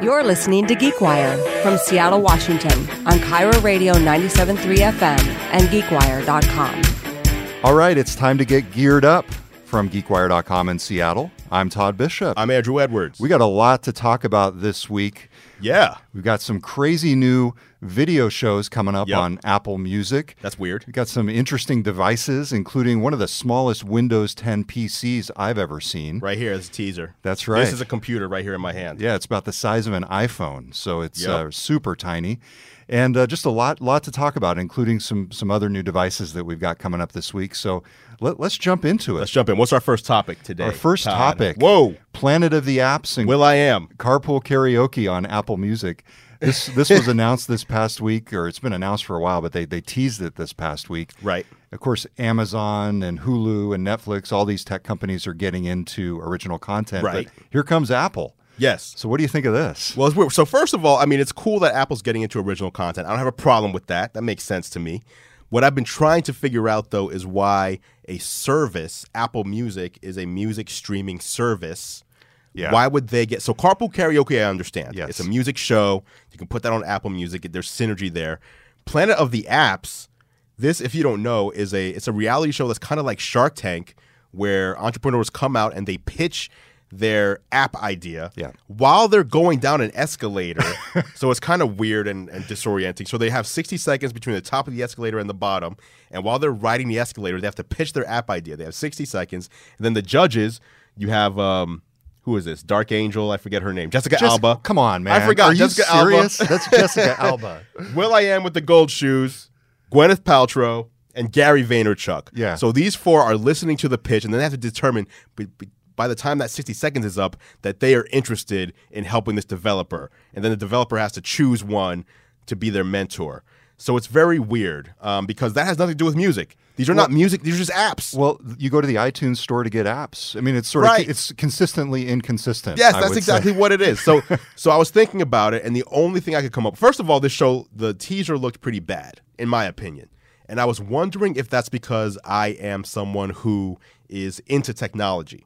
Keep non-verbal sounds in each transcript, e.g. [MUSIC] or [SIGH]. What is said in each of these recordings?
You're listening to Geek Wire from Seattle, Washington on Cairo Radio 97.3 FM and geekwire.com. All right, it's time to get geared up from geekwire.com in Seattle. I'm Todd Bishop. I'm Andrew Edwards. We got a lot to talk about this week. yeah, We've got some crazy new video shows coming up Yep. on Apple Music. that's weird. We've got some interesting devices, including one of the smallest Windows 10 PCs I've ever seen. Right here, it's a teaser. That's right. This is a computer right here in my hand. Yeah, it's about the size of an iPhone, so it's Yep. uh, super tiny, and uh, just a lot, lot to talk about, including some some other new devices that we've got coming up this week. So let, let's jump into Let's it. jump in. What's our first topic today? Our first Todd? topic: Whoa, Planet of the Apps and Will I am. carpool karaoke on Apple Music. This this [LAUGHS] was announced this past week, or it's been announced for a while, but they they teased it this past week. Right. Of course, Amazon and Hulu and Netflix, all these tech companies are getting into original content. Right. But here comes Apple. Yes. So what do you think of this? Well, it's weird. So first of all, I mean, it's cool that Apple's getting into original content. I don't have a problem with that. That makes sense to me. What I've been trying to figure out though is why a service, Apple Music, is a music streaming service. Yeah. Why would they get so carpool karaoke? I understand. Yes. It's a music show. You can put that on Apple Music. There's synergy there. Planet of the Apps. This, if you don't know, is a it's a reality show that's kind of like Shark Tank, where entrepreneurs come out and they pitch their app idea Yeah. while they're going down an escalator. so it's kind of weird and, and disorienting. So they have 60 seconds between the top of the escalator and the bottom. And while they're riding the escalator, they have to pitch their app idea. They have 60 seconds. And then the judges, you have, um, who is this? Dark Angel. I forget her name. Jessica Jess- Alba. Come on, man. I forgot. Are you Jessica serious? That's Jessica Alba. Alba. [LAUGHS] Will I Am with the Gold Shoes, Gwyneth Paltrow, and Gary Vaynerchuk. Yeah. So these four are listening to the pitch, and then they have to determine b- b- by the time that 60 seconds is up that they are interested in helping this developer. And then the developer has to choose one to be their mentor. So it's very weird um, because that has nothing to do with music. These are not music, these are just apps. Well, you go to the iTunes store to get apps. I mean, it's sort Right. of it's consistently inconsistent. Yes, I that's would say. exactly what it is. So, [LAUGHS] so I was thinking about it, and the only thing I could come up. First of all, this show, the teaser looked pretty bad, in my opinion, and I was wondering if that's because I am someone who is into technology.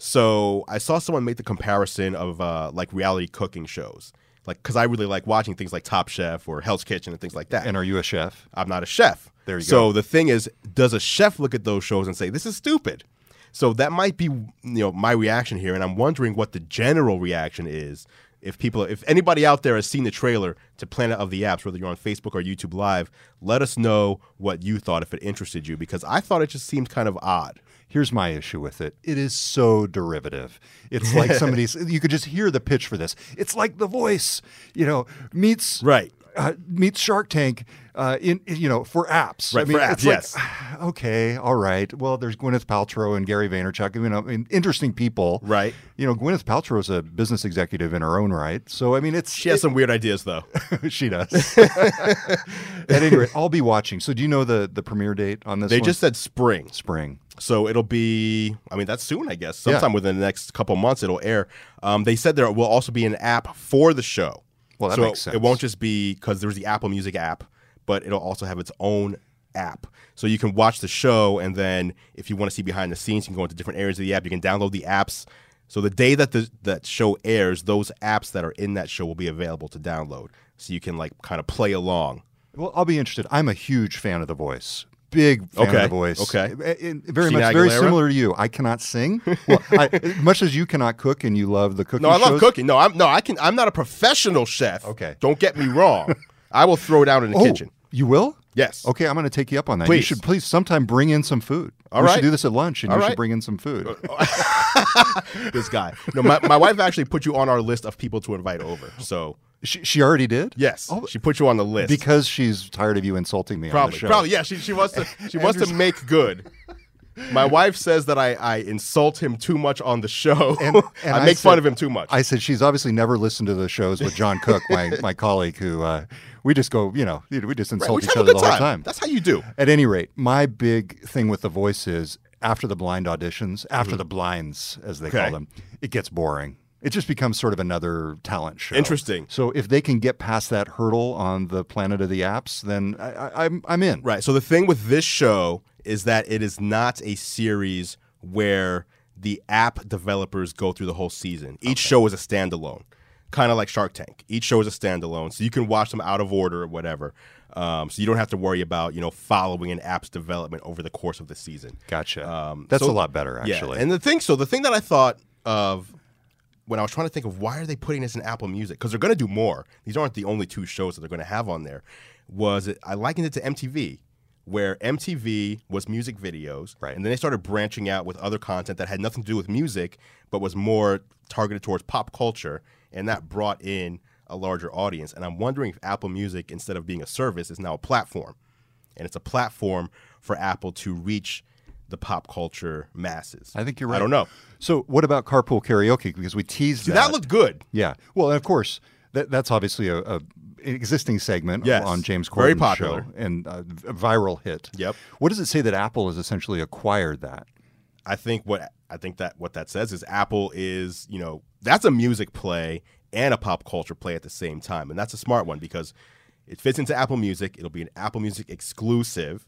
So I saw someone make the comparison of uh, like reality cooking shows, like because I really like watching things like Top Chef or Hell's Kitchen and things like that. And are you a chef? I'm not a chef. There you so the thing is, does a chef look at those shows and say, this is stupid? So that might be you know my reaction here, and I'm wondering what the general reaction is. If people, if anybody out there has seen the trailer to Planet of the Apps, whether you're on Facebook or YouTube Live, let us know what you thought if it interested you, because I thought it just seemed kind of odd. Here's my issue with it. It is so derivative. It's [LAUGHS] like somebody's. You could just hear the pitch for this. It's like The Voice. You know, meets Right. uh, meets Shark Tank. Uh, in in- you know for apps. Right, I mean, for apps, it's like, yes. [SIGHS] okay. All right. Well, there's Gwyneth Paltrow and Gary Vaynerchuk. You know, I mean, interesting people. Right. You know, Gwyneth Paltrow is a business executive in her own right. So I mean, it's She [LAUGHS] has some weird ideas though. she does. [LAUGHS] At any rate, I'll be watching. So, do you know the the premiere date on this? They one? just said spring. spring. So it'll be, I mean, that's soon, I guess. Yeah. Sometime within the next couple months, it'll air. Um, they said there will also be an app for the show. Well, that so makes sense. It won't just be because there's the Apple Music app, but it'll also have its own app. So you can watch the show, and then if you want to see behind the scenes, you can go into different areas of the app. You can download the apps. So the day that the that show airs, those apps that are in that show will be available to download. So you can like kind of play along. Well, I'll be interested. I'm a huge fan of The Voice. Big fan of Okay, The Voice. okay. A- and very Christina much, very Aguilera? similar to you. I cannot sing. Well, I, [LAUGHS] much as you cannot cook and you love the cooking. No, I love shows- cooking. No, I'm no, I can. I'm not a professional chef. Okay. don't get me wrong. I will throw down in the Oh, kitchen. you will? Yes. Okay, I'm going to take you up on that. You Please. should please sometime bring in some food. All we should right. do this at lunch, and All you should right. Uh, bring in some food. This guy. No, my, my wife actually put you on our list of people to invite over. So she, she already did. yes, Oh, she put you on the list because she's tired of you insulting me on the probably, show. probably. Yeah, she, she [LAUGHS] wants to. She wants to make good. My wife says that I, I insult him too much on the show. and [LAUGHS] I I make fun said- of him too much. I said she's obviously never listened to the shows with John Cook, [LAUGHS] my my colleague, who uh, we just go, you know, we just Right, insult we just each have a other the good whole time. That's how you do. At any rate, my big thing with the voice is after the blind auditions, after the blinds as they call Mm-hmm. Okay. them, it gets boring. It just becomes sort of another talent show. Interesting. So if they can get past that hurdle on the Planet of the Apps, then I, I, I'm I'm in. Right. So the thing with this show is that it is not a series where the app developers go through the whole season. Each show is a standalone. kind of like Shark Tank. Each show is a standalone, so you can watch them out of order or whatever. Um, so you don't have to worry about you know following an app's development over the course of the season. Gotcha. Um, That's so- a lot better, Yeah, actually. and the thing, so the thing that I thought of when I was trying to think of why are they putting this in Apple Music because they're going to do more. These aren't the only two shows that they're going to have on there. Was it, I likened it to MTV, where MTV was music videos, Right. And then they started branching out with other content that had nothing to do with music, but was more targeted towards pop culture, and that brought in a larger audience. And I'm wondering if Apple Music, instead of being a service, is now a platform and it's a platform for Apple to reach the pop culture masses. I think you're right. I don't know. So, what about carpool karaoke? Because we teased Dude, that looked good. Yeah. Well, and of course, that, that's obviously a, a an existing segment Yes. on James Corden's Very popular. show and a v- a viral hit. Yep. What does it say that Apple has essentially acquired that? I think what I think that what that says is Apple is you know that's a music play and a pop culture play at the same time, and that's a smart one because it fits into Apple Music. It'll be an Apple Music exclusive,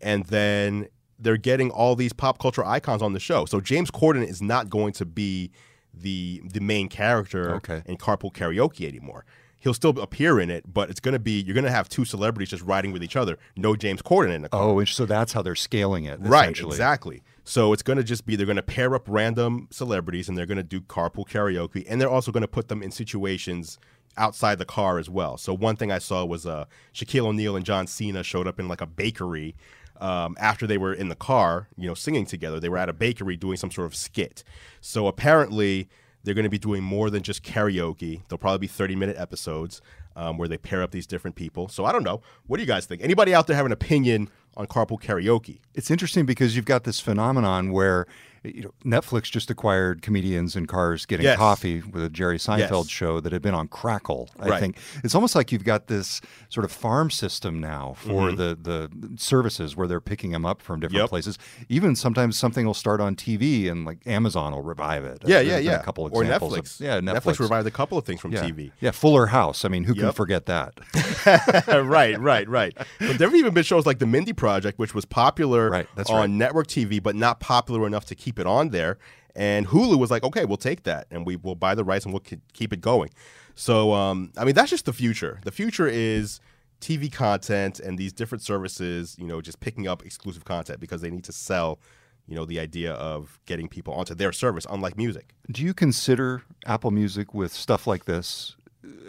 and then they're getting all these pop culture icons on the show. So James Corden is not going to be the the main character Okay. in Carpool Karaoke anymore. He'll still appear in it, but it's going to be you're going to have two celebrities just riding with each other. No James Corden in the car. Oh, and so that's how they're scaling it. Right, essentially. exactly. So it's going to just be they're going to pair up random celebrities and they're going to do carpool karaoke and they're also going to put them in situations outside the car as well. So one thing I saw was uh, Shaquille O'Neal and John Cena showed up in like a bakery um, after they were in the car, you know, singing together. They were at a bakery doing some sort of skit. So apparently they're going to be doing more than just karaoke. They'll probably be 30 minute episodes um, where they pair up these different people. So I don't know. What do you guys think? Anybody out there have an opinion on carpool karaoke? It's interesting because you've got this phenomenon where you know, Netflix just acquired comedians in cars getting Yes. coffee with a Jerry Seinfeld Yes. show that had been on Crackle. I Right. think it's almost like you've got this sort of farm system now for the the services where they're picking them up from different Mm-hmm. Yep. places. Even sometimes something will start on TV and like Amazon will revive it. Yeah, There's yeah, been yeah. A couple or examples Of, Netflix. yeah, Netflix. revived a couple of things from yeah. [LAUGHS] TV. Yeah, Fuller House. I mean, who can Yep. forget that? [LAUGHS] right, right, right. But there have even been shows like The Mindy Project, which was popular Right, that's on right. network TV, but not popular enough to keep it on there. And Hulu was like, okay, we'll take that and we will buy the rights and we'll ke- keep it going. So, um, I mean, that's just the future. The future is TV content and these different services, you know, just picking up exclusive content because they need to sell, you know, the idea of getting people onto their service, unlike music. Do you consider Apple Music with stuff like this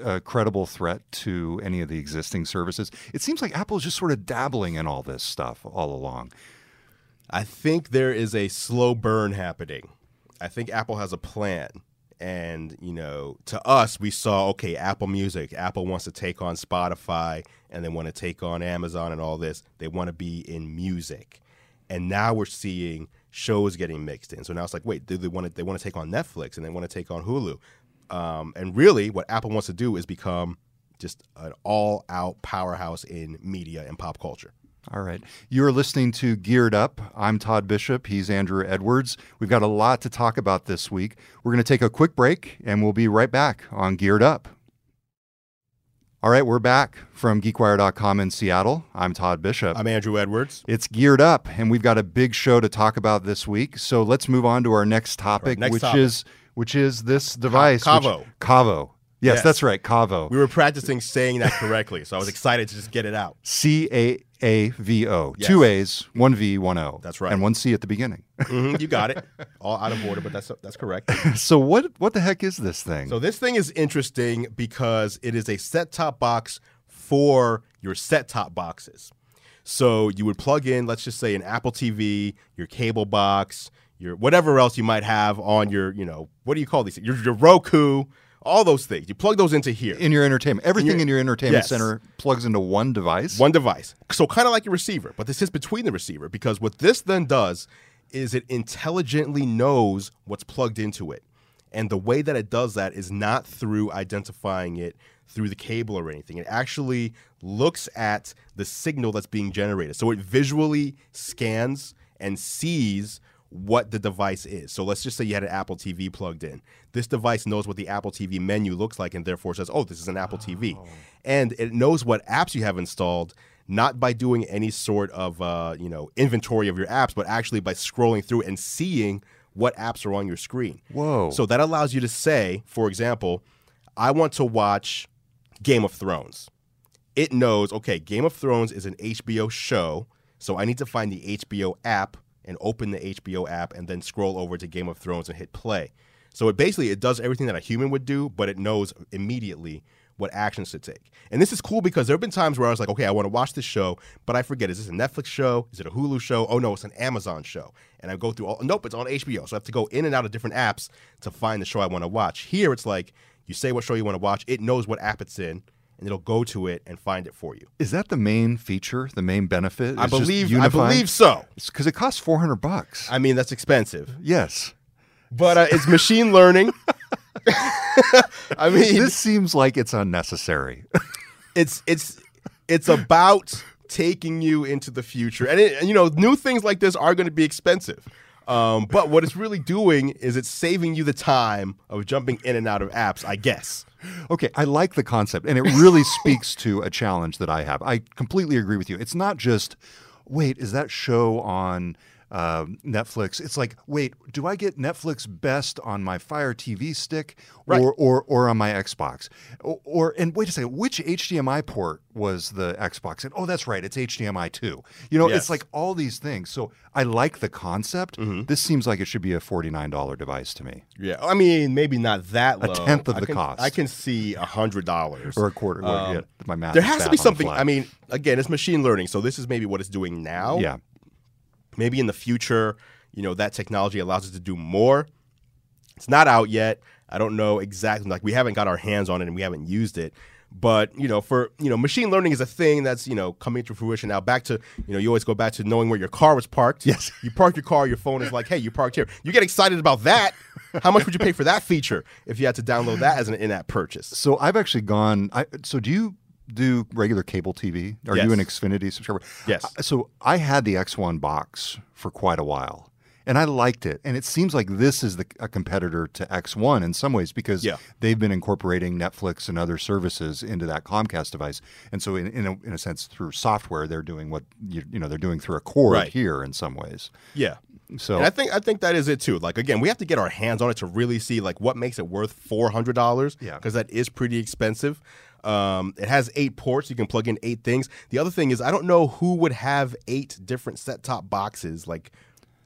a credible threat to any of the existing services? It seems like Apple's just sort of dabbling in all this stuff all along. I think there is a slow burn happening. I think Apple has a plan. And, you know, to us, we saw, okay, Apple Music, Apple wants to take on Spotify and they want to take on Amazon and all this. They want to be in music. And now we're seeing shows getting mixed in. So now it's like, wait, do they want to, they want to take on Netflix and they want to take on Hulu. Um, and really, what Apple wants to do is become just an all out powerhouse in media and pop culture. All right. You're listening to Geared Up. I'm Todd Bishop. He's Andrew Edwards. We've got a lot to talk about this week. We're going to take a quick break and we'll be right back on Geared Up. All right, we're back from geekwire.com in Seattle. I'm Todd Bishop. I'm Andrew Edwards. It's geared up, and we've got a big show to talk about this week. So let's move on to our next topic, next which topic. is which is this device, which- Cavo. Cavo. Yes, Yes. that's right, Cavo. We were practicing saying that correctly, so I was excited to just get it out. C A A V O. Yes. Two A's, one V, one O. That's right. and one C at the beginning. [LAUGHS] Mhm, you got it, all out of order, but that's that's correct. so what what the heck is this thing? So this thing is interesting because it is a set-top box for your set-top boxes. So you would plug in, let's just say, an Apple TV, your cable box, your whatever else you might have on your, you know, what do you call these? Your, your Roku, all those things. You plug those into here. in your entertainment, everything in your entertainment Yes. center plugs into one device. One device. So kind of like a receiver, but this is between the receiver because what this then does is it intelligently knows what's plugged into it. And the way that it does that is not through identifying it through the cable or anything. It actually looks at the signal that's being generated. So it visually scans and sees what the device is. So let's just say you had an Apple TV plugged in. This device knows what the Apple TV menu looks like and therefore says, oh, this is an Apple TV. And it knows what apps you have installed, not by doing any sort of uh, you know inventory of your apps, but actually by scrolling through and seeing what apps are on your screen. Whoa. So that allows you to say, for example, I want to watch Game of Thrones. It knows, okay, Game of Thrones is an HBO show, so I need to find the HBO app and open the HBO app and then scroll over to Game of Thrones and hit play. So it basically it does everything that a human would do, but it knows immediately what actions to take. And this is cool because there have been times where I was like, okay, I want to watch this show, but I forget, is this a Netflix show? Is it a Hulu show? Oh no, it's an Amazon show. And I go through all, nope, it's on HBO. So I have to go in and out of different apps to find the show I want to watch. Here it's like, you say what show you want to watch, it knows what app it's in, and it'll go to it and find it for you. Is that the main feature, the main benefit? I believe, I believe so. because it costs four hundred bucks. I mean, that's expensive, yes, but uh, it's machine learning. [LAUGHS] I mean, this seems like it's unnecessary. it's it's it's about taking you into the future and, it, and you know new things like this are going to be expensive um, but what it's really doing is it's saving you the time of jumping in and out of apps i guess Okay, I like the concept, and it [LAUGHS] really speaks to a challenge that I have. I completely agree with you. It's not just, wait, is that show on uh, Netflix? It's like, wait, do I get Netflix best on my Fire TV stick or Right. or, or on my Xbox? Or, or and wait a second, which HDMI port was the Xbox? And oh, that's right, it's HDMI two. You know, it's Yes. Mm-hmm. like all these things. So I like the concept. This seems like it should be a forty nine dollar device to me, yeah i mean maybe not that A low tenth of I the can- cost. i can see a hundred dollars or a quarter. well, Um, yeah, my math. there is has bad to on the be something fly. i mean again it's machine learning so this is maybe what it's doing now yeah. maybe in the future, you know, that technology allows us to do more. It's not out yet. I don't know exactly. Like we haven't got our hands on it and we haven't used it. But you know, for you know, machine learning is a thing that's you know coming to fruition now. Back to you know, you always go back to knowing where your car was parked. Yes. you park your car, your phone is like, hey, you parked here. You get excited about that. How much would you pay for that feature if you had to download that as an in-app [LAUGHS] purchase? So I've actually gone. I, so do you do regular cable TV? Are you Yes. an Xfinity subscriber? Yes. I- So I had the X1 box for quite a while, and I liked it. And it seems like this is the, a competitor to X1 in some ways because Yeah. they've been incorporating Netflix and other services into that Comcast device. And so, in in a, in a sense, through software, they're doing what you, you know they're doing through a cord Right. here in some ways. Yeah. So And I think I think that is it too. Like again, we have to get our hands on it to really see like what makes it worth four hundred dollars. Yeah. because that is pretty expensive. Um, it has eight ports. You can plug in eight things. The other thing is I don't know who would have eight different set top boxes. Like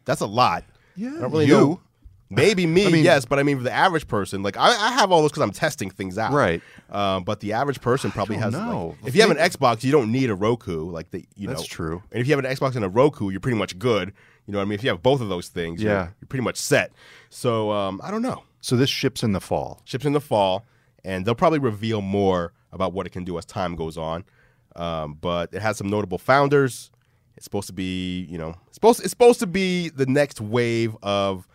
that's a lot. Yeah, I don't really you. know. [LAUGHS] Maybe me, mean- yes, but I mean for the average person, like I, I have all those because I'm testing things out, Right. Um, but the average person probably don't has. know. Like, if you have an Xbox, you don't need a Roku. Like the, you That's know, true. and if you have an Xbox and a Roku, you're pretty much good. You know what I mean? If you have both of those things, you're- Yeah. you're, pretty much set. So um, I don't know. so this ships in the fall. Ships in the fall, and they'll probably reveal more about what it can do as time goes on. Um, but it has some notable founders. It's supposed to be, you know, it's supposed it's supposed to be the next wave of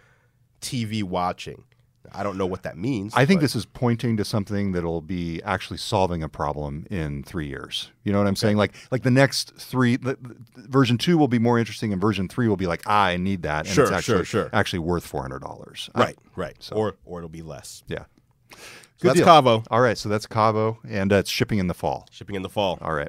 TV watching. I don't know what that means. I think but this is pointing to something that'll be actually solving a problem in three years. You know what I'm saying? Like, like the next three, the, the- version two will be more interesting, and version three will be like, ah, I need that, and Sure, it's sure, actually sure. actually worth four hundred dollars. right, right, or or it'll be less. yeah. So that's deal. Cavo All right, so that's Cavo, and uh, it's shipping in the fall. shipping in the fall. All right,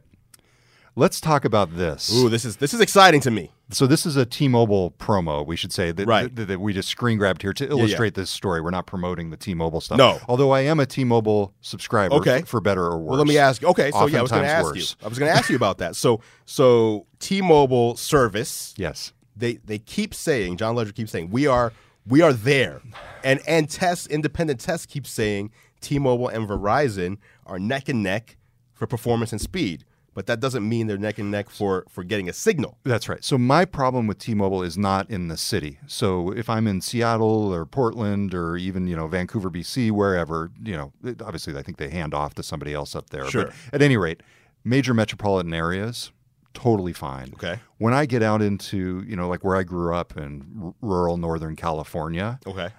let's talk about this. Ooh, this is this is exciting to me. So this is a T-Mobile promo, we should say that, Right. that, that we just screen grabbed here to illustrate this story. We're not promoting the T-Mobile stuff. No. although I am a T-Mobile subscriber, Okay. f- for better or worse. Well, let me ask. Okay, so yeah, I was going to Oftentimes ask worse. you. I was going to ask you about that. So, so T-Mobile service, Yes, they they keep saying, John Ledger keeps saying, we are we are there, and and tests, independent tests keep saying T-Mobile and Verizon are neck and neck for performance and speed, but that doesn't mean they're neck and neck for for getting a signal. that's right. So my problem with T-Mobile is not in the city. So if I'm in Seattle or Portland or even you know Vancouver, BC, wherever, you know, it- obviously I think they hand off to somebody else up there. Sure. But at any rate, major metropolitan areas, totally fine. Okay. When I get out into you know like where I grew up in r- rural Northern California. Okay,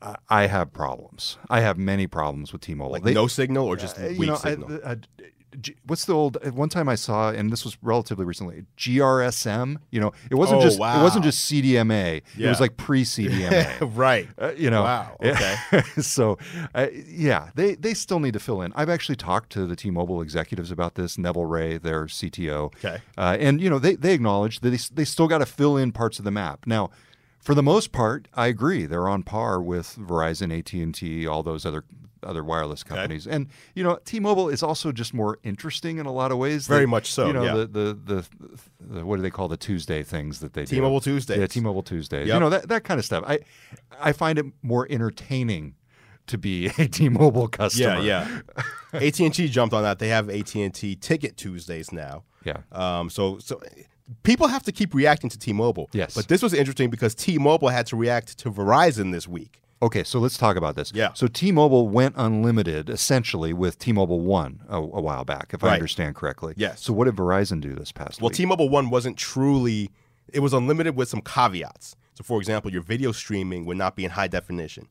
I- I have problems. I have many problems with T-Mobile. like They- no signal or just uh, weak you know, I- [LAUGHS] signal. uh, G- what's the old? at One time I saw, and this was relatively recently, GRSM. You know, it wasn't Oh, just it wow. wasn't just CDMA. It Yeah. was like pre [LAUGHS] CDMA. [LAUGHS] right. Uh, you know, Wow, okay. [LAUGHS] so, uh, yeah, they they still need to fill in. I've actually talked to the T-Mobile executives about this. Neville Ray, their CTO, Okay. uh, and you know they they acknowledge that they, s- they still got to fill in parts of the map. Now, for the most part, I agree they're on par with Verizon, AT and T, all those other other wireless companies. And you know, T-Mobile is also just more interesting in a lot of ways. Very They- much so, You know, yeah. the, the, the the what do they call the Tuesday things that they do? T-Mobile Tuesdays. Yeah, T-Mobile Tuesdays. Yep. You know that that kind of stuff. I I find it more entertaining to be [LAUGHS] a T-Mobile customer. [LAUGHS] Yeah, yeah. AT and T jumped on that. They have AT and T Ticket Tuesdays now. Yeah. Um. So so people have to keep reacting to T-Mobile. Yes. But this was interesting because T-Mobile had to react to Verizon this week. Okay, so let's talk about this. Yeah. So T-Mobile went unlimited essentially with T-Mobile One a, a while back, if I Right. understand correctly. Yes. So what did Verizon do this past Well, week? T-Mobile One wasn't truly. It was unlimited with some caveats. So, for example, your video streaming would not be in high definition.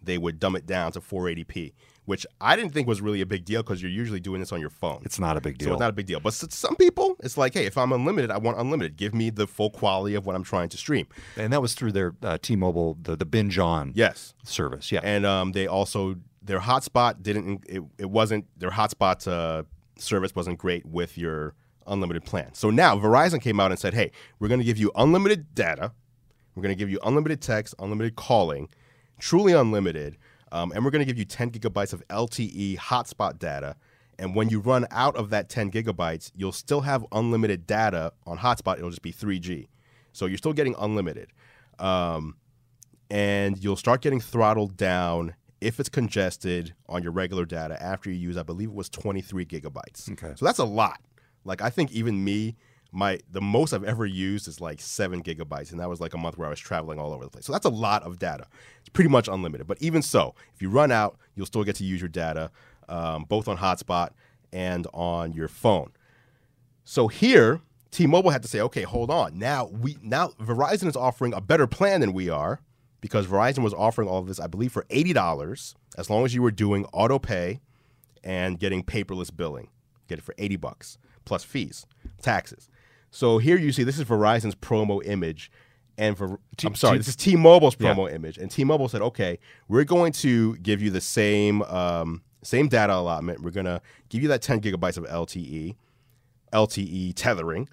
They would dumb it down to 480p, which I didn't think was really a big deal because you're usually doing this on your phone. it's not a big So deal. it's not a big deal. But s- some people, it's like, hey, if I'm unlimited, I want unlimited. Give me the full quality of what I'm trying to stream. and that was through their uh, T-Mobile the, the binge on Yes. service. Yeah. And um, they also their hotspot didn't. It, it wasn't their hotspot uh, service wasn't great with your unlimited plan. So now Verizon came out and said, hey, we're going to give you unlimited data, we're going to give you unlimited text, unlimited calling, truly unlimited, um, and we're going to give you 10 gigabytes of LTE hotspot data. And when you run out of that 10 gigabytes, you'll still have unlimited data on hotspot. It'll just be 3G. So you're still getting unlimited. Um, and you'll start getting throttled down if it's congested on your regular data after you use, I believe it was 23 gigabytes. Okay. So that's a lot. Like I think even me, my the most I've ever used is like seven gigabytes, and that was like a month where I was traveling all over the place. So that's a lot of data. It's pretty much unlimited. But even so, if you run out, you'll still get to use your data, um, both on hotspot and on your phone. So here, T-Mobile had to say, okay, hold on. Now we now Verizon is offering a better plan than we are because Verizon was offering all of this, I believe, for eighty dollars as long as you were doing auto pay and getting paperless billing. Get it for eighty bucks plus fees, taxes. So here you see this is Verizon's promo image. And for, I'm sorry, T- this is T-Mobile's promo image, and T-Mobile said, "Okay, we're going to give you the same um, same data allotment. We're gonna give you that 10 gigabytes of E. LTE, LTE E tethering,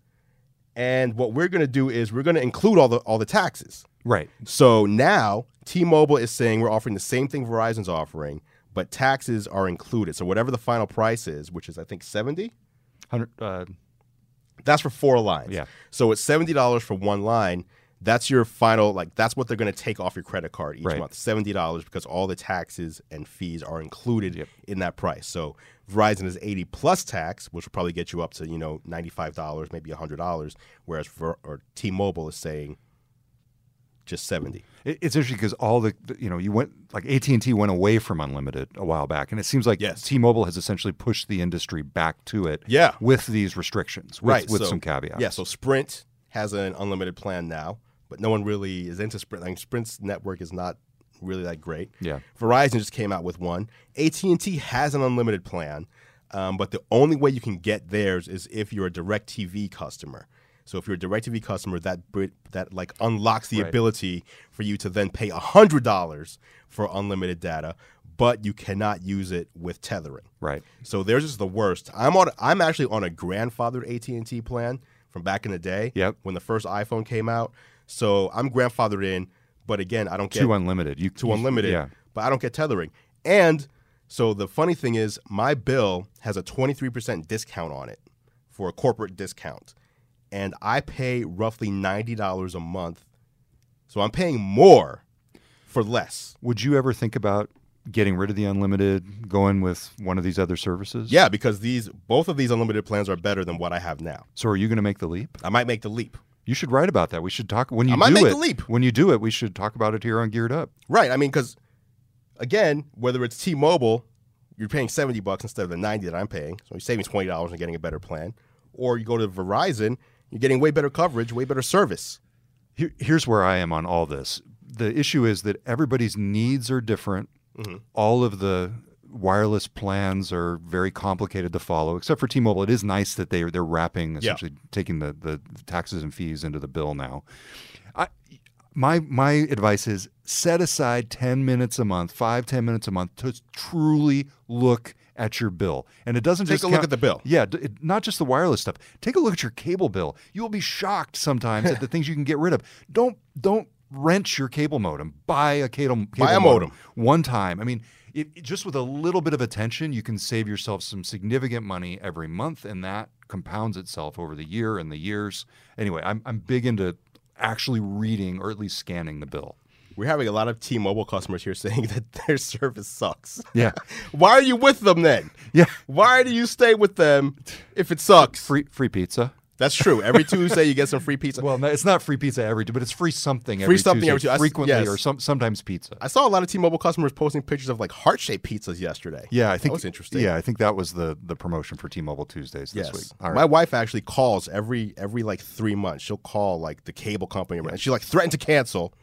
and what we're going to do is we're going to include all the all the taxes. right. So now T-Mobile is saying we're offering the same thing Verizon's offering, but taxes are included. So whatever the final price is, which is I think 70, 100, uh, that's for four lines. Yeah. So it's $70 for one line. That's your final like that's what they're going to take off your credit card each Right. month. $70 because all the taxes and fees are included in that price. So Verizon is 80 plus tax, which will probably get you up to, you know, $95, maybe $100, whereas for, or T-Mobile is saying just 70. It- It's interesting because all the the- you know you went like AT and T went away from unlimited a while back, and it seems like Yes. T-Mobile has essentially pushed the industry back to it. Yeah. with these restrictions, with, with some caveats. Yeah, so Sprint has an unlimited plan now, but no one really is into Sprint. Like Sprint's network is not really that great. Yeah. Verizon just came out with one. AT and T has an unlimited plan, um, but the only way you can get theirs is if you're a DirecTV customer. So if you're a DirecTV customer, that bri- that like unlocks the Right. ability for you to then pay hundred dollars for unlimited data, but you cannot use it with tethering. right. So theirs is the worst. I'm on. I'm actually on a grandfathered AT and T plan from back in the day. Yep. When the first iPhone came out, so I'm grandfathered in. But again, I don't get Too unlimited. You to you- unlimited. Yeah. But I don't get tethering. And so the funny thing is, my bill has a 23% discount on it for a corporate discount, and I pay roughly ninety dollars a month. So I'm paying more for less. Would you ever think about getting rid of the unlimited, going with one of these other services? Yeah, because these both of these unlimited plans are better than what I have now. So are you going to make the leap? I might make the leap. You should write about that. We should talk when you might do make it. the leap. When you do it, we should talk about it here on Geared Up. Right. I mean, because again, whether it's T-Mobile, you're paying seventy bucks instead of the ninety that I'm paying, so you're saving twenty dollars and getting a better plan. Or you go to Verizon, you're getting way better coverage, way better service. Here, here's where I am on all this. The issue is that everybody's needs are different. Mm-hmm. All of the wireless plans are very complicated to follow, except for T-Mobile. It is nice that they they're wrapping essentially taking the, the taxes and fees into the bill now. I, my my advice is set aside 10 minutes a month, five ten minutes a month to truly look at your bill. And it doesn't Take just a look count- at the bill. yeah, d- it, not just the wireless stuff. Take a look at your cable bill. You'll be shocked sometimes [LAUGHS] at the things you can get rid of. Don't don't rent your cable modem. Buy a cable, cable Buy a modem. one time. I mean, it, it- just with a little bit of attention, you can save yourself some significant money every month, and that compounds itself over the year and the years. Anyway, I'm, I'm big into actually reading or at least scanning the bill. We're having a lot of T-Mobile customers here [LAUGHS] saying that their service sucks. [LAUGHS] Yeah. Why are you with them then? Yeah. Why do you stay with them if it sucks? Free, free pizza. That's true. [LAUGHS] Every Tuesday you get some free pizza. Well, no, it's not free pizza every day, but it's free something every Free Tuesday, something every Tuesday. I s- frequently yes. or some, sometimes pizza. I saw a lot of T-Mobile customers posting pictures of like heart-shaped pizzas yesterday. Yeah, I think that was interesting. Yeah, I think that was the the promotion for T-Mobile Tuesdays this Yes. week. All right. My wife actually calls every every like three months. She'll call like the cable company and she like threatened to cancel,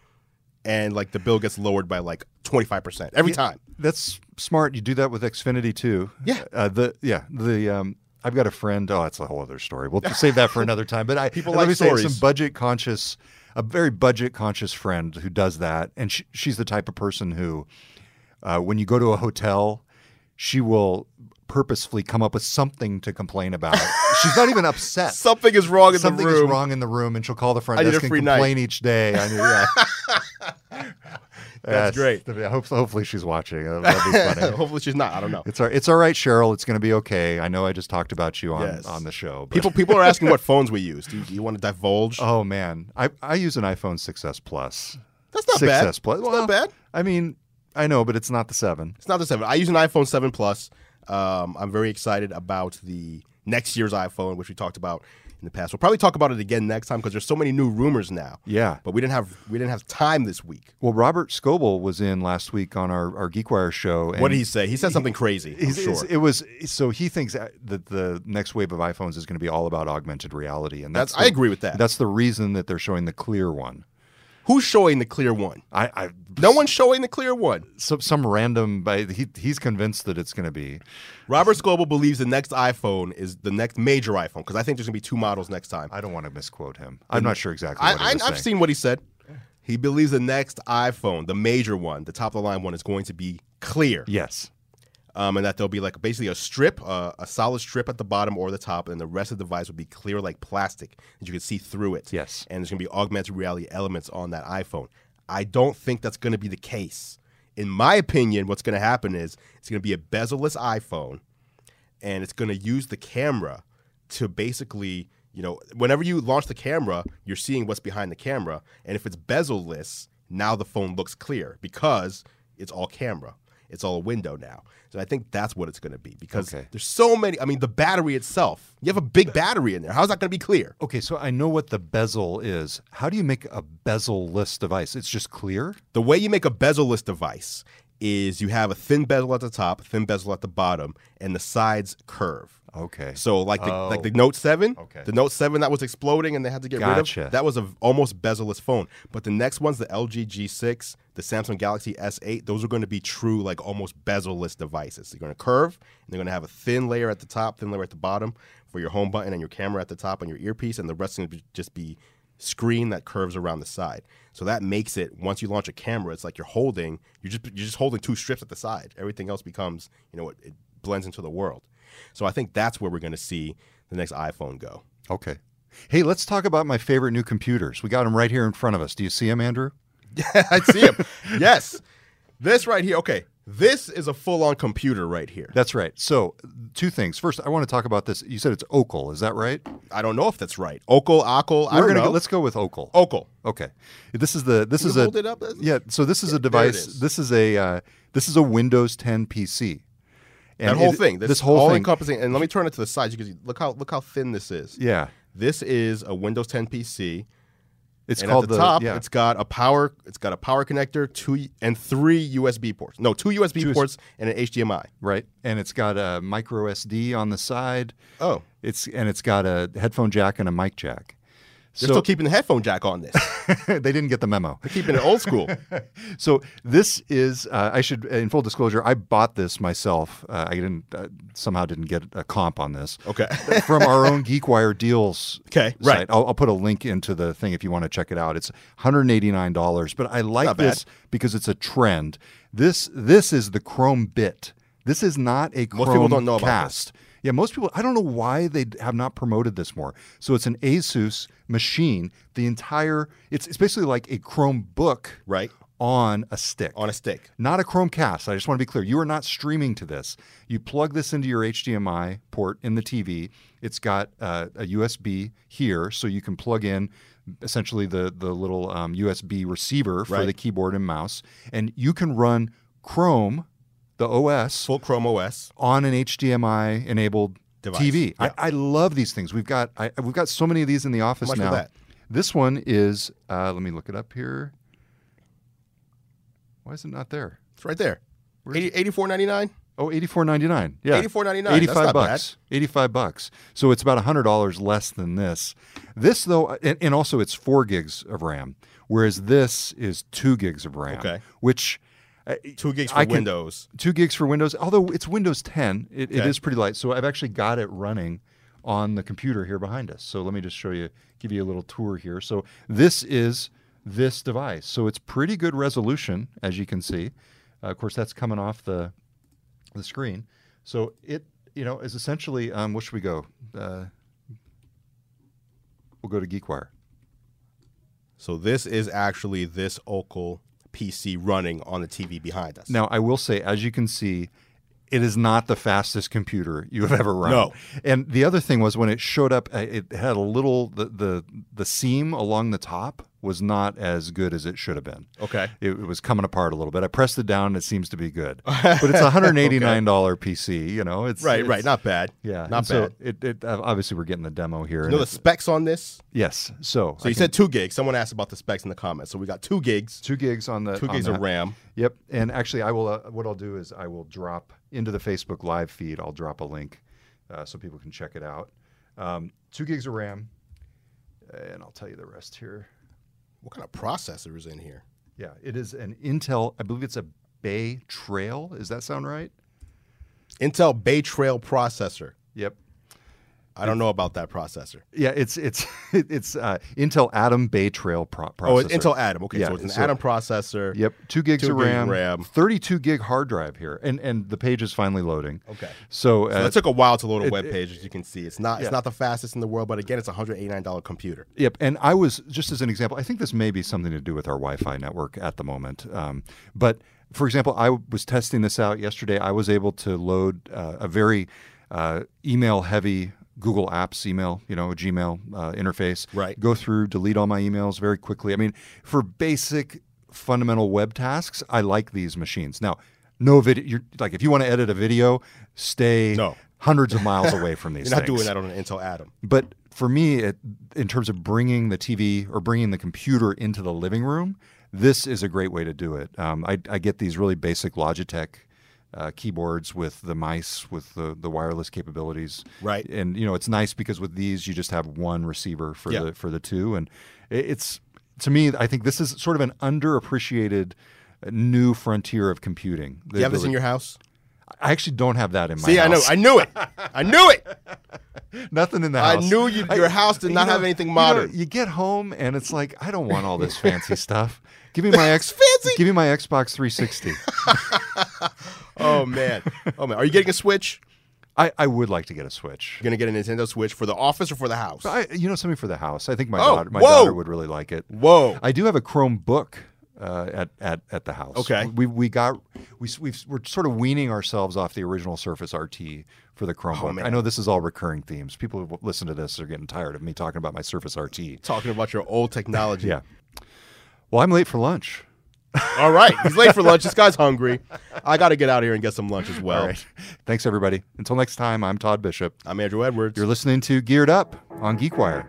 and like the bill gets lowered by like twenty five percent every time. That's smart. You do that with Xfinity too. Yeah. Uh, the yeah the um, I've got a friend. Oh, that's a whole other story. We'll save that for another time. But [LAUGHS] I people let like me say stories. some budget conscious, a very budget conscious friend who does that, and she, she's the type of person who, uh, when you go to a hotel, she will purposefully come up with something to complain about. she's not even upset. [LAUGHS] Something is wrong in Something the room. is wrong in the room, and she'll call the front I need a desk and free night. complain each day. I mean, [LAUGHS] yeah. That's great. I hope- Hopefully, she's watching. That'd be funny. [LAUGHS] [LAUGHS] Hopefully she's not. I [LAUGHS] don't know. It's all, it's all right, Cheryl. It's going to be okay. I know I just talked about you on, Yes. on the show. But, People people are asking what phones we use. Do you, do you want to divulge? oh man, I, I use an iPhone 6s Plus. That's not 6s bad. Plus. It's Well, not bad. I mean, I know, but it's not the seven. It's not the seven. I use an iPhone seven plus. Um, I'm very excited about the next year's iPhone, which we talked about in the past. We'll probably talk about it again next time because there's so many new rumors now. Yeah. but we didn't have we didn't have time this week. Well, Robert Scoble was in last week on our, our GeekWire show. And What did he say? He said something crazy. I'm He's- sure. it's- It was so he thinks that the next wave of iPhones is going to be all about augmented reality, and that's That's- I the- agree with that. That's the reason that they're showing the clear one. Who's showing the clear one? I, I No one's showing the clear one. some, some random. By he, he's convinced that it's going to be. Robert Scoble believes the next iPhone is the next major iPhone because I think there's gonna be two models next time. I don't want to misquote him. I'm not sure exactly. I, What I, he was I've saying. seen what he said. He believes the next iPhone, the major one, the top of the line one, is going to be clear, Yes. um, and that there'll be like basically a strip, uh, a solid strip at the bottom or the top, and the rest of the device will be clear like plastic, and you can see through it. Yes. and there's going to be augmented reality elements on that iPhone. I don't think that's going to be the case. In my opinion, what's going to happen is it's going to be a bezel-less iPhone, and it's going to use the camera to basically, you know, whenever you launch the camera, you're seeing what's behind the camera, and if it's bezel-less, now the phone looks clear because it's all camera. It's all a window now. So I think that's what it's going to be because Okay. there's so many. I mean, the battery itself. You have a big battery in there. How's that going to be clear? Okay, so I know what the bezel is. How do you make a bezel-less device? It's just clear. The way you make a bezel-less device is you have a thin bezel at the top, thin bezel at the bottom, and the sides curve. Okay. So like the, Oh. like the Note 7, Okay. the Note 7 that was exploding and they had to get rid Gotcha. of, that was a v- almost bezel-less phone. But the next ones, the LG G6, the Samsung Galaxy S8, those are going to be true like almost bezel-less devices. They're going to curve, and they're going to have a thin layer at the top, thin layer at the bottom for your home button and your camera at the top and your earpiece, and the rest is going to just be screen that curves around the side. So that makes it once you launch a camera, it's like you're holding you're just you're just holding two strips at the side. Everything else becomes you know it, it blends into the world. So I think that's where we're going to see the next iPhone go. okay. Hey, let's talk about my favorite new computers. We got them right here in front of us. Do you see them, Andrew? [LAUGHS] I see him. yes, this right here. Okay, this is a full on computer right here. That's right. So, two things. First, I want to talk about this. You said it's Okal, is that right? I don't know if that's right. Ocal, Ocal. I We're don't gonna know. Go, let's go with Okal. Ocal. Okay. This is the this Can is you a hold it up? yeah. So this is a there it device. is. This is a uh, this is a Windows 10 PC. And that whole it- thing. This, this whole all thing. encompassing. And let me turn it to the side. You can see, look how look how thin this is. yeah. This is a Windows 10 PC. It's and called at the, top, yeah. it's got a power. It's got a power connector, two and three USB ports. No, two USB ports and an HDMI. right? And it's got a micro SD on the side. Oh, It's and it's got a headphone jack and a mic jack. So they're still keeping the headphone jack on this. [LAUGHS] they didn't get the memo. keeping it old school. So this is uh, I should in full disclosure I bought this myself. Uh, I didn't uh, somehow didn't get a comp on this. Okay. [LAUGHS] [LAUGHS] from our own GeekWire deals. Okay, site. right. I'll, I'll put a link into the thing if you want to check it out. It's $189, but I like Not bad. this because it's a trend. This this is the Chrome bit. This is not a Chrome people don't know about cast. Yeah, most people. I don't know why they d- have not promoted this more. So it's an ASUS machine. The entire it's it's basically like a Chromebook Right. on a stick. on a stick. not a Chromecast. I just want to be clear. You are not streaming to this. You plug this into your HDMI port in the TV. It's got uh, a USB here, so you can plug in essentially the the little um, USB receiver for Right. the keyboard and mouse, and you can run Chrome, the OS, Full Chrome OS. on an HDMI enabled Device. TV. Yeah. I, I love these things. We've got I, we've got so many of these in the office much was now. that? This one is. Uh, let me look it up here. Why is it not there? It's right there. 80, 84.99. Oh, eighty-four ninety-nine. Yeah, $84.99. That's Eighty-five not bucks. Eighty-five bucks. So it's about hundred dollars less than this. This though, uh, and, and also it's four gigs of RAM, whereas this is two gigs of RAM. Okay. Which Two gigs for I can- Windows. two gigs for Windows. Although it's Windows 10, it, it Okay. is pretty light. So I've actually got it running on the computer here behind us. So let me just show you, give you a little tour here. So this is this device. So it's pretty good resolution, as you can see. Uh, of course, that's coming off the the screen. So it, you know, is essentially. Um, where should we go? Uh, we'll go to GeekWire. So this is actually this Ocal PC running on the TV behind us. Now, I will say, as you can see, it is not the fastest computer you have ever run. No. And the other thing was when it showed up, uh, it had a little the the, the seam along the top was not as good as it should have been. Okay. It, it was coming apart a little bit. I pressed it down and it seems to be [LAUGHS] good. But it's a $189 PC, you know. It's Right, it's- right. Not bad. yeah, Not and so bad. It, it, uh, obviously, we're getting the demo here. You and know the it's- specs on this? yes. So, So you said two gigs. Someone asked about the specs in the comments. So we got two gigs, two gigs on the two on gigs that. of RAM. Yep. And actually, I will. Uh, what I'll do is I will drop into the Facebook live feed. I'll drop a link uh, so people can check it out. Um, two gigs of RAM, and I'll tell you the rest here. What kind of processor is in here? Yeah, it is an Intel. I believe it's a Bay Trail. Does that sound right? Intel Bay Trail processor. Yep. I don't know about that processor. Yeah, it's it's [LAUGHS] it's uh, Intel Atom Bay Trail pro- processor. Oh, it's Intel Atom. Okay, Yeah, so it's an so- Atom processor. Yep, two gigs Two of gig RAM, RAM. thirty-two gig hard drive here, and and the page is finally loading. Okay. So, So uh, it took a while to load a it- web page, as you can see. It's not Yeah. it's not the fastest in the world, but again, it's a hundred eighty nine dollar computer. Yep, and I was just as an example. I think this may be something to do with our Wi-Fi network at the moment. Um, but for example, I was testing this out yesterday. I was able to load uh, a very uh, email-heavy Google Apps email, you know, a Gmail uh, interface. Right. Go through, delete all my emails very quickly. I mean, for basic, fundamental web tasks, I like these machines. Now, no video. You're, like, if you want to edit a video, stay No. hundreds of miles away [LAUGHS] from these. You're not things. doing that on an Intel Atom. But for me, it, in terms of bringing the TV or bringing the computer into the living room, this is a great way to do it. Um, I, I get these really basic Logitech uh, keyboards with the mice, with the, the wireless capabilities. Right. And you know, it's nice because with these, you just have one receiver for Yeah. the for the two, and it, it's to me, I think this is sort of an underappreciated uh, new frontier of computing. Do you have this in your house? I actually don't have that in my See, I know, house. I knew it, I knew it. [LAUGHS] Nothing in the I house. knew you- your house did not have anything you modern. You, get home and it's like I don't want all [LAUGHS] this fancy stuff. Give me my ex. fancy. Give me my Xbox 360. Oh man, oh man, are you getting a Switch? I, I would like to get a Switch. You're gonna get a Nintendo Switch for the office or for the house? I, you know something for the house. I think my Oh, daughter my whoa. daughter would really like it. Whoa. I do have a Chromebook uh, at at at the house. Okay. We we got we s- we've, we're sort of weaning ourselves off the original Surface RT for the Oh, Chromebook. I know this is all recurring themes. People who listen to this are getting tired of me talking about my Surface RT. Talking about your old technology. Yeah. Well, I'm late for lunch. All right, he's late for lunch. This guy's hungry. I got to get out of here and get some lunch as well. All right. Thanks, everybody. Until next time, I'm Todd Bishop. I'm Andrew Edwards. You're listening to Geared Up on GeekWire.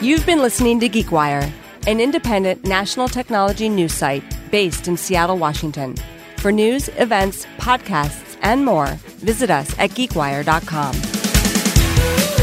You've been listening to GeekWire, an independent national technology news site based in Seattle, Washington. For news, events, podcasts, and more, visit us at geekwire.com.